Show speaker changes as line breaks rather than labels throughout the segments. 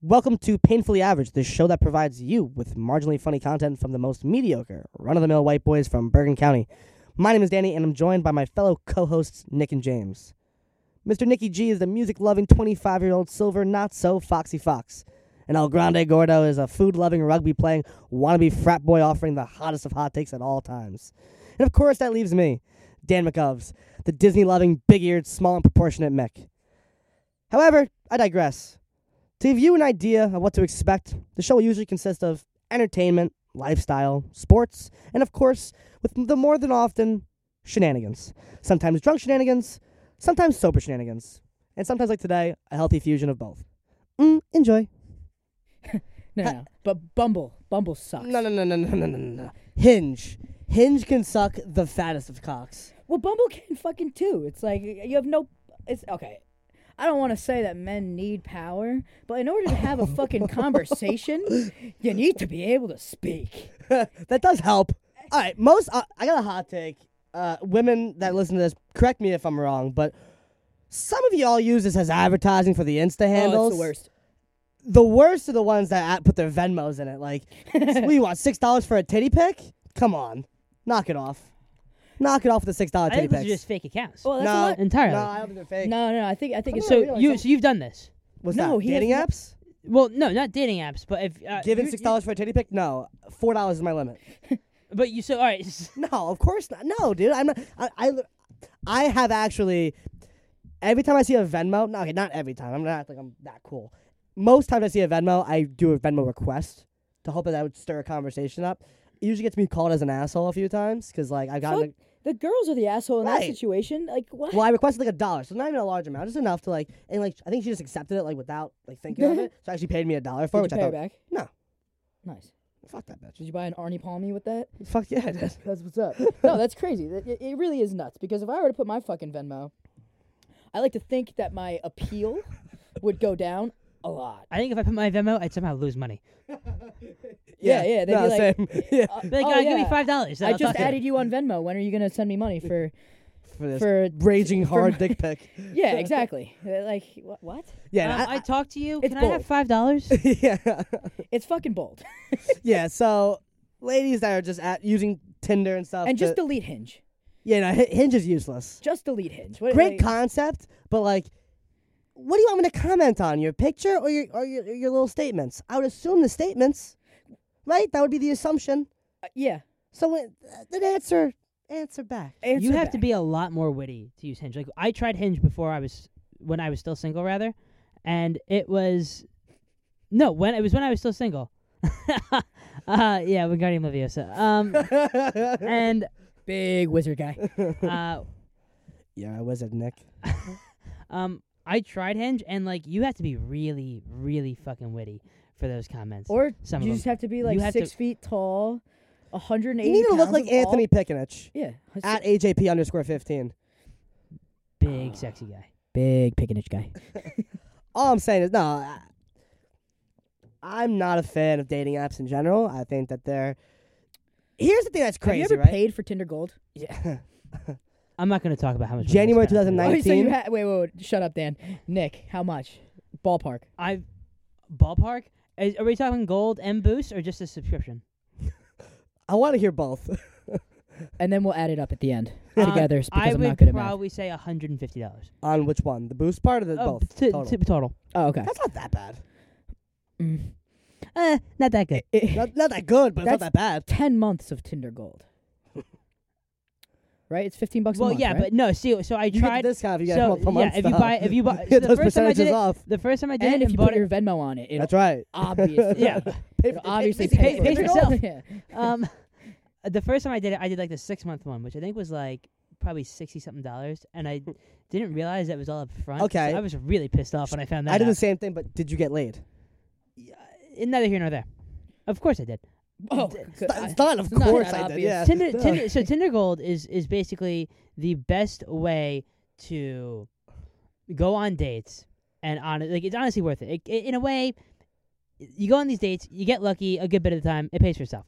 Welcome to Painfully Average, the show that provides you with marginally funny content from the most mediocre, run of the mill white boys from Bergen County. My name is Danny, and I'm joined by my fellow co hosts, Nick and James. Mr. Nicky G is the music loving 25 year old silver, not so foxy fox. And El Grande Gordo is a food loving, rugby playing, wannabe frat boy offering the hottest of hot takes at all times. And of course, that leaves me, Dan McGovs, the Disney loving, big eared, small and proportionate mech. However, I digress. To give you an idea of what to expect, the show will usually consist of entertainment, lifestyle, sports, and of course, with the more than often, shenanigans. Sometimes drunk shenanigans, sometimes sober shenanigans, and sometimes, like today, a healthy fusion of both. Mm, enjoy.
No, no, no. But Bumble, Bumble sucks.
No, no, no, no, no, no, no, no. Hinge. Hinge can suck the fattest of cocks.
Well, Bumble can fucking too. It's like you have no. It's okay. I don't want to say that men need power, but in order to have a fucking conversation, you need to be able to speak. Oh,
that does help. All right, most uh, I got a hot take. Uh, women that listen to this, correct me if I'm wrong, but some of y'all use this as advertising for the Insta
Oh,
handles.
it's the worst.
The worst are the ones that at- put their Venmos in it. Like, we want six dollars for a titty pic? Come on, knock it off. Knock it off with the six dollar
I
titty
think those are
pics.
just fake accounts.
Well, that's
No.
a lot.
entirely.
No, I don't think they're fake.
No, no, I think I think it's
on,
so
realize
you
that-
so you've done this.
What's
No,
that?
he
Dating
has-
apps?
Well, no, not dating apps, but if uh,
Giving
you-
six dollars for a titty pic? No, four dollars is my limit.
you- But you so all right. s-
No, of course not. No, dude, I'm not. I, I, I have actually. Every time I see a Venmo, no, okay, not every time. I'm not like I'm that cool. Most times I see a Venmo, I do a Venmo request to hope that that would stir a conversation up. It usually gets me called as an asshole a few times because like I got.
Fuck. The girls are the asshole in that
Right.
situation. Like what?
Well, I requested like a dollar, so not even a large amount, just enough to like, and like I think she just accepted it like without like thinking of it. So she actually paid me a dollar for, it,
Did
which
you
I
pay her
thought,
back?
no,
Nice.
fuck that bitch,
Did you buy an Arnie Palmy with that?
fuck yeah, I did.
That's what's up. no, that's crazy. That- It, it really is nuts because if I were to put my fucking Venmo, I like to think that my appeal would go down a lot.
I think if I put my Venmo, I'd somehow lose money.
Yeah, yeah. They'd
no,
be like,
same. yeah,
Be Like,
Oh,
uh, give me
yeah.
five dollars.
I just added you on Venmo. When are you gonna send me money for
for this
for?
raging
for
hard
my-
dick pic.
Yeah, exactly. Uh, like wh- what?
Yeah,
Um,
Um,
I, I talked to you.
It's
Can I
bold.
have five dollars?
yeah.
It's fucking bold.
yeah, so ladies that are just at using Tinder and stuff.
and just
to,
delete Hinge.
yeah, no, Hi- Hinge is useless.
Just delete Hinge. What,
Great
like-
concept, but like, what do you want me to comment on? Your picture or your or your, your little statements? I would assume the statements, right? That would be the assumption.
uh, yeah.
So when, uh, then answer answer back.
Answer
you have to
back.
be a lot more witty to use Hinge. Like I tried Hinge before I was when I was still single, rather, and it was no when it was when I was still single. uh, yeah, Wingardium Leviosa. Um, and
big wizard guy.
uh,
Yeah, I was at Nick.
Um, I tried Hinge, and like you have to be really, really fucking witty for those comments.
Or
Some
you
of
just have to be like
You have
six
to-
feet tall, 180
You need to look
pounds
like
of all-
Anthony Pickenich
Yeah.
at AJP underscore fifteen.
big sexy guy.
big pickinich guy.
all I'm saying is no. I, I'm not a fan of dating apps in general. I think that they're. Here's the thing that's crazy,
have you ever
right?
paid for Tinder Gold?
yeah.
I'm not going to talk about how much. money I
January
spent on Tinder.
2009.
Wait, Oh, so you
19?
ha- wait, wait, wait, shut up, Dan. Nick, how much? Ballpark.
I've ballpark. Is, are we talking gold and boost or just a subscription?
I want to hear both.
And then we'll add it up at the end
Um,
together because
I
am
would
not good at math.
probably say 150 dollars.
On which one? The boost part or the both?
total.
Total.
total.
Oh, okay.
That's not that bad.
Mm.
Uh, not that good.
Not, not that good, but it's not
That's-
that bad.
10 months of Tinder Gold. right? It's 15 bucks
well,
a month.
yeah,
right?
but no. See, so I
You get
tried.
the discount if you get
so
a
yeah,
month
if you buy, if you buy, so
get
the
those
first time I
percentages
did it,
off.
the first time I did
and
it,
if you
bought
put your Venmo on it, it'll
That's right.
obviously,
yeah.
Pay
it'll obviously
basically
pay,
pay
for
for
itself.
yourself.
Yeah.
um, the first time I did it, I did like the six month one, which I think was like probably sixty something dollars, and I didn't realize that was all up front.
Hmm.
so
Okay.
I was really pissed off when I found that.
I did
out.
the same thing, but did you get laid?
Eh, Neither here nor there. Of course I did.
Oh, good.
It's not, of
not that
course I did.
obvious.
Yeah.
Tinder,
Duh.
Tinder, so Tinder Gold is is basically the best way to go on dates and on like it's honestly worth it. It- it- in a way, you go on these dates, you get lucky a good bit of the time. It pays for itself.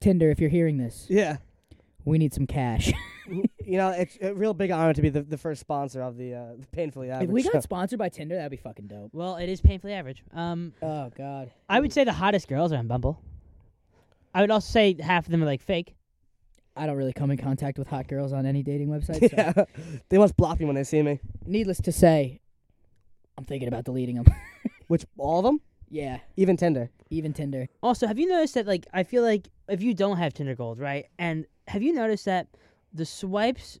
Tinder, if you're hearing this,
Yeah.
we need some cash.
you know, it's a real big honor to be the, the first sponsor of the, uh, the Painfully Average
If we
show.
got sponsored by Tinder, that'd be fucking dope.
Well, it is painfully average. Um,
Oh god.
I would say the hottest girls are on Bumble. I would also say half of them are like fake.
I don't really come in contact with hot girls on any dating website. So
yeah. they must block me when they see me.
Needless to say, I'm thinking about deleting them.
Which, all of them?
yeah,
Even Tinder.
even Tinder.
Also, have you noticed that like I feel like if you don't have Tinder Gold, right? And have you noticed that the swipes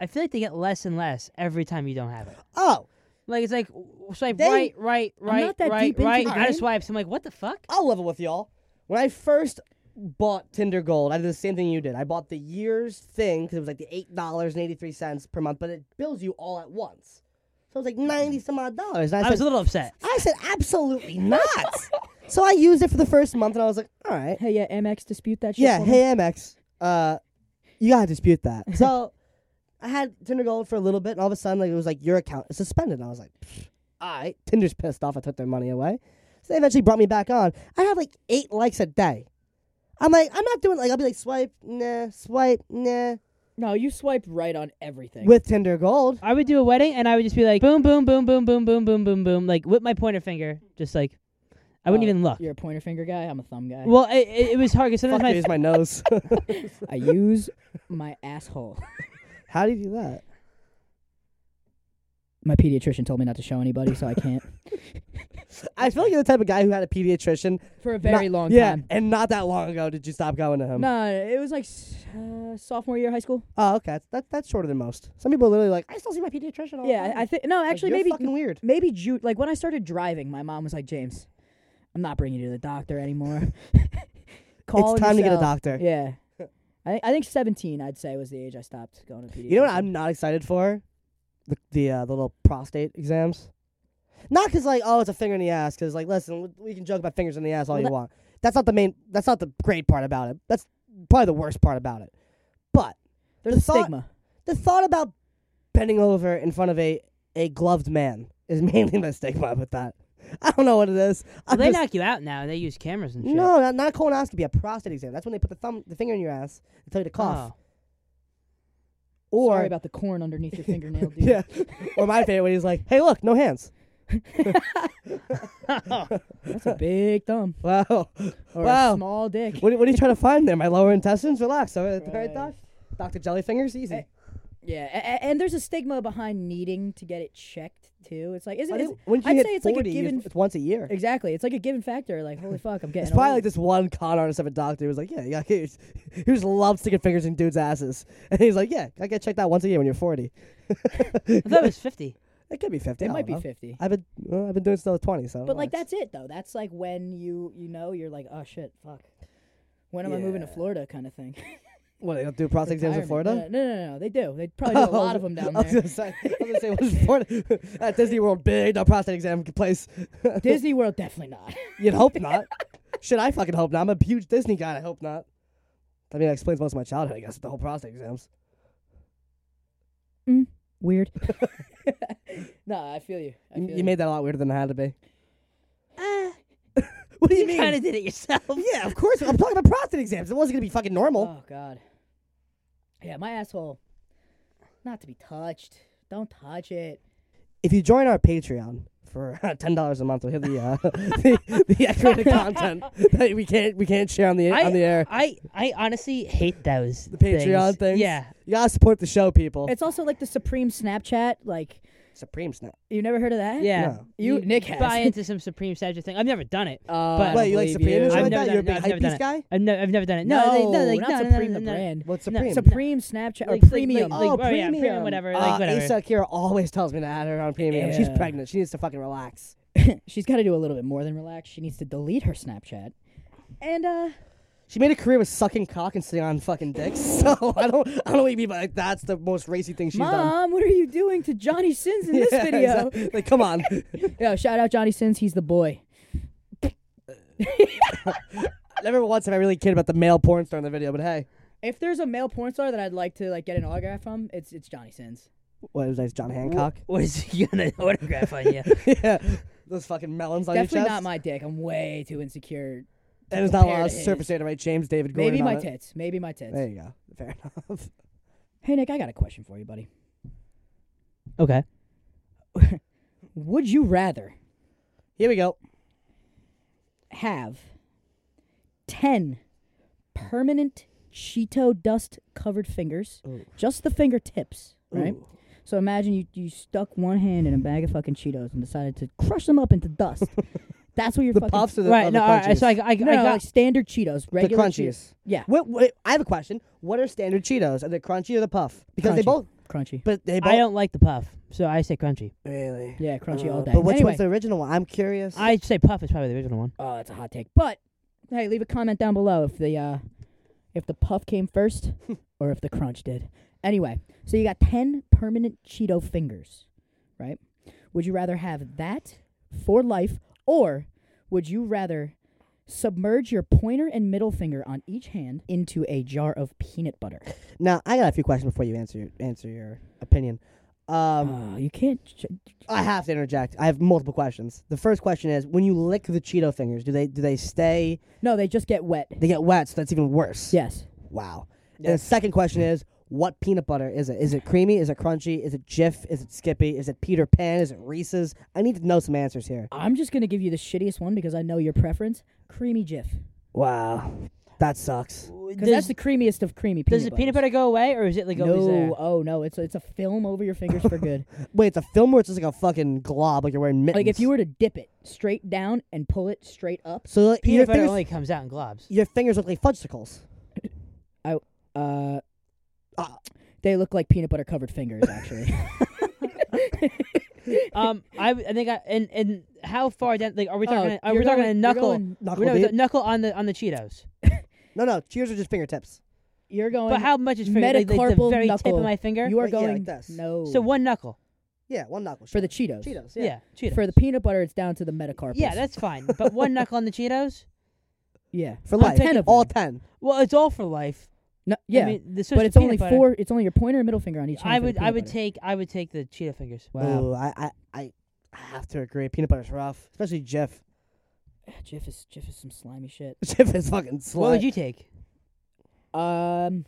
I feel like they get less and less every time you don't have it.
Oh,
Like it's like w- swipe
They-
right, right, right,
not that
right,
deep into
right.
the
I
game.
swipes. I'm like, what the fuck?
I'll level with y'all. When I first bought Tinder Gold, I did the same thing you did. I bought the year's thing because it was like the eight dollars and eighty three cents per month, but it bills you all at once. So it was like ninety some odd dollars. And I,
I was
said,
a little upset.
I said absolutely not. so I used it for the first month, and I was like, all right,
Hey, yeah, MX dispute that shit.
yeah,
for me?
hey MX, uh, you gotta dispute that. So I had Tinder Gold for a little bit, and all of a sudden, like it was like your account is suspended, and I was like, pfft, all right, Tinder's pissed off. I took their money away, so they eventually brought me back on. I have like eight likes a day. I'm like, I'm not doing like I'll be like swipe, nah, swipe, nah.
No, you swiped right on everything.
With Tinder Gold,
I would do a wedding and I would just be like boom, boom, boom, boom, boom, boom, boom, boom, boom, like with my pointer finger, just like I wouldn't
Oh,
even look.
You're a pointer finger guy. I'm a thumb guy.
Well, it, it, it was hard because
fuck,
sometimes
I
my
use my nose.
I use my asshole.
How do you do that?
My pediatrician told me not to show anybody, so I can't.
I feel like you're the type of guy who had a pediatrician
For a very
not-
long
yeah, Um,
time.
and not that long ago did you stop going to him?
No, it was like s- uh, sophomore year of high school.
Oh, okay, that's- that, that's shorter than most. Some people are literally like, I still see my pediatrician. All
yeah,
the time.
I think no,
Oh, Like,
actually
you're
maybe
fucking weird.
maybe June. Like when I started driving, my mom was like, "James, I'm not bringing you to the doctor anymore. Call
it's time to get a
yourself."
doctor.
Yeah. I, thi- I think 17, I'd say, was the age I stopped going to pediatrician.
You know what I'm not excited for? The the, uh, the little prostate exams. Not because like oh it's a finger in the ass because like listen we- we can joke about fingers in the ass all
Well,
you
that-
want. That's not the main. That's not the great part about it. That's probably the worst part about it. But
There's
the
a
thought-
stigma.
the thought about bending over in front of a a gloved man is mainly my stigma with that. I don't know what it is.
Well,
I'm
they
just-
knock you out now. They use cameras and shit.
no, not, not a colonoscopy, a prostate exam. That's when they put the thumb, the finger in your ass and tell you to cough.
Oh.
or
Oh, Sorry about the corn underneath your fingernail, dude.
yeah, or my favorite when he's like, "Hey, look, no hands."
That's a big thumb.
Wow.
Or
Wow.
a small dick.
What, what are you trying to find there? My lower intestines? Relax. All right, all right, doc.
Right.
Dr. Jellyfingers? Easy.
Eh, Yeah, a- a- and there's a stigma behind needing to get it checked, too. It's like, is
Why
it,
do-
is,
once you
I'd
hit
say it's
40,
like a
you-
given.
it's once a year.
exactly. It's like a given factor. Like, holy fuck, I'm getting
It's probably
old.
like this one con artist of a doctor who was like, yeah, yeah he, just, he just loves sticking fingers in dudes' asses. And he's like, yeah, I get checked out once a year when you're 40.
Oh. I thought it was fifty.
It could be 50.
It
I don't
might be
know.
50.
I've been, well, I've been doing it since I was 20, so.
But, like,
relax.
that's it, though. That's like when you, you know, you're like, oh, shit, fuck. When am I moving to
Yeah.
Florida, kind of thing.
What, they don't do prostate exams in Florida?
Retirement. No, no, no, no, no. They do. They probably do a lot of them down
Oh, I was
there.
gonna say, I was gonna say, what's Florida? At Disney World, big, no prostate exam place.
Disney World, definitely not.
You'd hope not. Shit, I fucking hope not. I'm a huge Disney guy. I hope not. I mean, that explains most of my childhood, I guess, with the whole prostate exams.
Weird. no, I feel you. I
You,
feel
you
you,
made that a lot weirder than it had to be.
Ah,
What do you,
you
mean?
kind of did it yourself.
Yeah, of course. I'm talking about prostate exams. It wasn't gonna be fucking normal.
Oh God. Yeah, my asshole. Not to be touched. Don't touch it.
If you join our Patreon for uh, ten dollars a month, we have the uh, the, the extra content that we can't we can't share on the
I,
on the air.
I I honestly hate those. The
Patreon things.
Yeah.
You gotta support the show, people.
It's also like the Supreme Snapchat. Like
Supreme snap.
you never heard of that?
Yeah.
No.
You- Nick has.
buy into some Supreme Statue thing. I've never done it.
Uh, I
But-
Wait,
don't
you like
believe
Supreme and shit
I've
like
never
that?
done
You're a
it.
big
I've never
hype
done
beast
it.
guy.
I've never I've never done it. No,
No,
they- no, like,
not
no, no,
Supreme
no,
the
no, no.
brand.
What's Supreme?
Supreme Snapchat or
Like- like-
premium?
like-
oh,
oh, yeah,
premium.
premium, whatever, like,
Uh,
whatever.
Asa Akira always tells me to add her on premium. She's
Yeah.
pregnant. She needs to fucking relax.
She's got to do a little bit more than relax. She needs to delete her Snapchat. And uh,
She made a career with sucking cock and sitting on fucking dicks. So I don't, I don't even like that's the most racy thing she's done.
mom, what are you doing to Johnny Sins in this
Yeah,
video?
exactly. Like, come on.
Yeah, shout out Johnny Sins. He's the boy.
Never once have I really cared about the male porn star in the video, but hey,
If there's a male porn star that I'd like to like get an autograph from, it's it's Johnny Sins.
what is that? John Hancock?
What is he gonna autograph on you?
yeah. Those fucking melons on your
Definitely
chest.
not my dick. I'm way too insecure.
and it's not a
compared
lot of
to his.
surface area to write James David Gordon.
Maybe
on
my
it.
tits. Maybe my tits.
There you go. Fair enough.
Hey Nick, I got a question for you, buddy.
Okay.
Would you rather
Here we go.
have 10 permanent Cheeto dust covered fingers,
Ooh.
just the fingertips, right?
Ooh.
So imagine you, you stuck one hand in a bag of fucking Cheetos and decided to crush them up into dust. That's what you're
The
fucking.
puffs or the, or
right.
the
No. All right.
crunchies?
So I, I, I
no, like
got.
standard Cheetos,
the
regular
crunchies.
Cheetos. Yeah,
Wait, wait, I have a question. What are standard Cheetos? Are they crunchy or the puff? Because they
Crunchy.
both.
crunchy.
But they both.
I don't like the puff, so I say crunchy.
really.
Yeah, crunchy
Uh,
all day.
But which
anyway,
one's the original one? I'm curious.
I say puff is probably the original one.
Oh, that's a hot take. But hey, leave a comment down below if the uh, if the puff came first or if the crunch did. Anyway, so you got ten permanent Cheeto fingers, right? Would you rather have that for life, or would you rather submerge your pointer and middle finger on each hand into a jar of peanut butter?
now I got a few questions before you answer your, answer your opinion. Um,
Uh, you can't. Ch-
I have to interject. I have multiple questions. The first question is: When you lick the Cheeto fingers, do they do they stay?
no, they just get wet.
They get wet, so that's even worse.
Yes.
Wow. And the second question is: What peanut butter is it? Is it creamy? Is it crunchy? Is it Jif? Is it Skippy? Is it Peter Pan? Is it Reese's? I need to know some answers here.
I'm just gonna give you the shittiest one because I know your preference. Creamy Jif,
Wow, that sucks.
because that's the creamiest of creamy. Peanut
Does the peanut
butters.
butter go away, or is it like always there?
No, oh no, it's it's a film over your fingers for good.
Wait, it's a film where it's just like a fucking glob, like you're wearing mittens.
like if you were to dip it straight down and pull it straight up,
so like, your
Peanut butter
fingers,
only comes out in globs.
your fingers look like fudgesicles.
uh,
Ah.
they look like peanut butter covered fingers. Actually,
um, I, I think I and and how far down? Like, are we talking?
Oh,
are we
you're
talking
going-
a
you're
knuckle?
going-
Knuckle
We're not-
deep.
knuckle on the on the Cheetos.
No, no, cheers are just fingertips.
You're going.
But how much is finger? Like, like the
metacarpal
very tip
knuckle.
of my finger.
you are
Like, yeah,
going?
like this.
No.
So one knuckle.
Yeah, one knuckle.
for the
sure.
Cheetos.
Cheetos. Yeah.
Yeah, Cheetos.
For the peanut butter, it's down to the metacarpal.
yeah, that's fine. But one knuckle on the Cheetos.
yeah.
For
On
life,
ten of
all
them.
ten.
Well, it's all for life.
No,
I
yeah,
mean, this is
but
the
it's only
peanut butter.
four. It's only your pointer and middle finger on each. hand
I
for the
would I
peanut
would
butter.
take I would take the Cheeto fingers.
Wow.
Ooh, I, I, I, I have to agree. Peanut butter's rough, especially Jif.
Jiff is Jiff is some slimy shit.
Jif is fucking slow.
What would you take?
Um,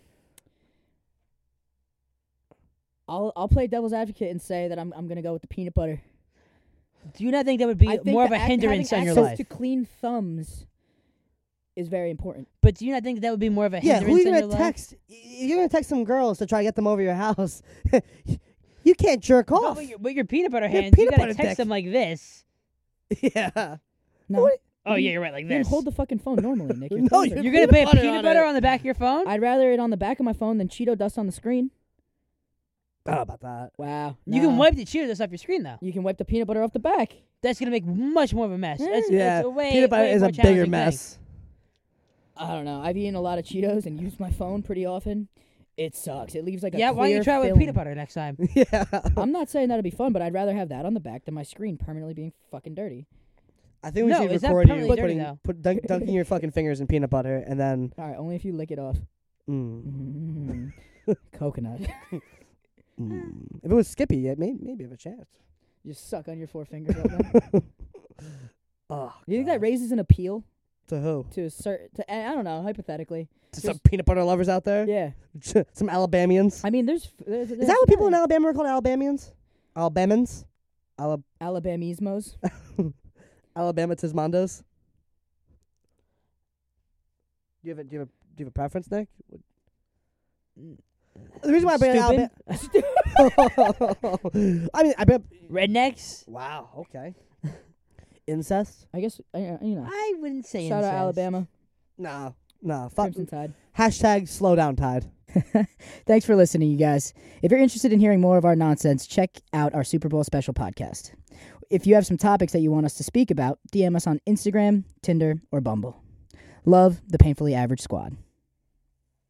I'll I'll play devil's advocate and say that I'm I'm gonna go with the peanut butter.
Do you not think that would be
I think
more of
the
a
act-
hindrance on
having
your
access
life?
To clean thumbs is very important.
But do you not think that would be more of a
yeah,
hindrance
who are you
on
gonna
your life?
text? Y- You're gonna text some girls to try to get them over your house. you can't jerk
But
off.
with your, with your peanut butter
Your
hands,
peanut
you gotta
butter
text
dick.
them like this.
yeah.
No,
What?
Oh
You-
yeah, you're right, like
you can
this.
hold the fucking phone normally, Nick. Your
No,
thumbs
you-
are-
You're gonna
peanut
put
butter
peanut
on
butter
it.
on the back of your phone?
I'd rather it on the back of my phone than Cheeto dust on the screen.
I don't know about that.
Wow,
You can
nah.
wipe the Cheetos off your screen though.
You can wipe the peanut butter off the back.
That's gonna make much more of a mess.
Yeah.
That's,
Mm. Yeah,
that's a way,
peanut butter
way
is
more
a
challenging
bigger
thing.
mess.
I don't know. I've eaten a lot of Cheetos and used my phone pretty often. It sucks. It leaves like a
Yeah, why don't you
clear
try with
film.
peanut butter next time?
yeah.
I'm not saying that'd be fun, but I'd rather have that on the back than my screen permanently being fucking dirty.
I think we
No,
should
it's not
record you
permanently dirty,
putting,
though.
put, dunk, dunking your fucking fingers in peanut butter and then.
All right, only if you lick it off.
Mm,
Mm. Coconut. Ah.
mm. If it was Skippy, yeah, may, maybe have a chance.
You suck on your four fingers. Right now.
Oh,
You think
God.
that raises an appeal
to who?
to certain? To, I I don't know. Hypothetically,
To
Just-
some peanut butter lovers out there?
yeah.
some Alabamians?
I mean, there's. f- there's
Is that what people in Alabama are called? Alabamians? Alabamans? Alab-
Alabamismos?
Alabama Tismondos? Do you have a do you have a, do you have a preference, Nick? What-
Mm.
The reason why I bring
Stupid.
up Alabama, I mean, I bring up.
Rednecks?
Wow. Okay. Incest?
I guess uh, you know.
I wouldn't say
Shout out
incest.
Alabama,
No, no. Fuck.
Crimson Tide.
Hashtag slow down tide.
Thanks for listening, you guys. If you're interested in hearing more of our nonsense, check out our Super Bowl special podcast. If you have some topics that you want us to speak about, DM us on Instagram, Tinder, or Bumble. Love the Painfully Average Squad.